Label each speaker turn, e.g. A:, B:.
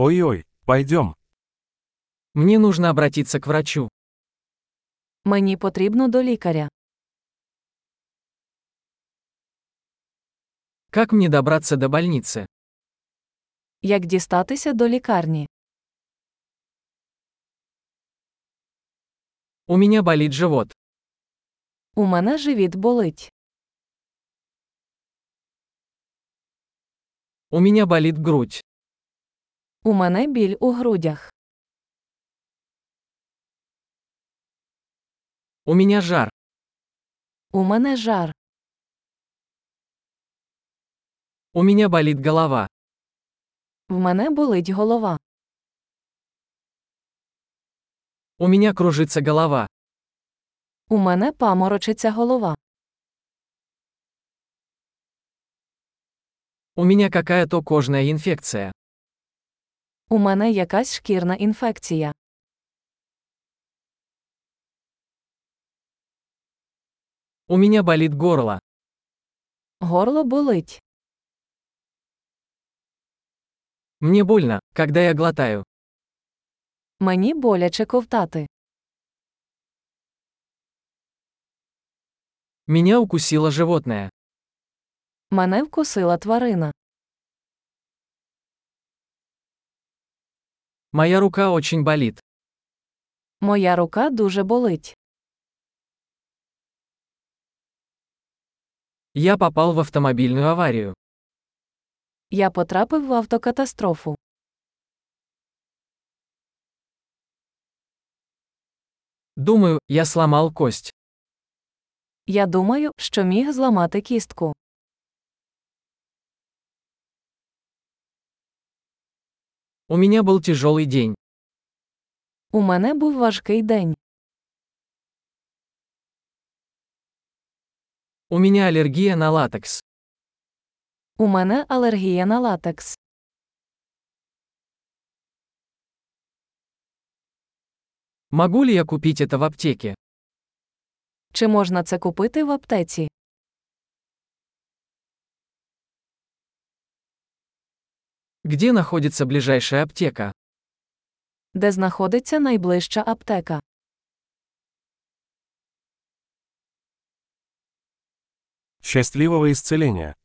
A: Ой-ой, пойдем.
B: Мне нужно обратиться к врачу.
C: Мені потрібно до лікаря.
B: Как мне добраться до больницы?
C: Як дістатися до лікарні?
B: У меня болит живот.
C: У мене живіт болить.
B: У меня болит грудь.
C: У мене біль у грудях.
B: У меня жар.
C: У мене жар.
B: У меня болит голова.
C: В мене болить голова.
B: У меня кружится голова.
C: У мене паморочиться голова.
B: У меня какая-то кожная инфекция.
C: У мене якась шкірна інфекція.
B: У меня болит горло.
C: Горло болить.
B: Мне больно, когда я глотаю.
C: Мені боляче ковтати.
B: Меня укусило животное.
C: Мене вкусила тварина.
B: Моя рука очень болит.
C: Моя рука дуже болить.
B: Я попал в автомобильную аварию.
C: Я потрапив в автокатастрофу.
B: Думаю, я сломал кость.
C: Я думаю, що міг зламати кістку.
B: У меня был тяжелый день.
C: У мене був важкий день.
B: У меня аллергия на латекс.
C: У мене алергія на латекс.
B: Могу ли я купить это в аптеке?
C: Чи можна це купити в аптеці?
B: Где находится ближайшая аптека?
C: Де знаходиться найближча аптека?
A: Счастливого исцеления!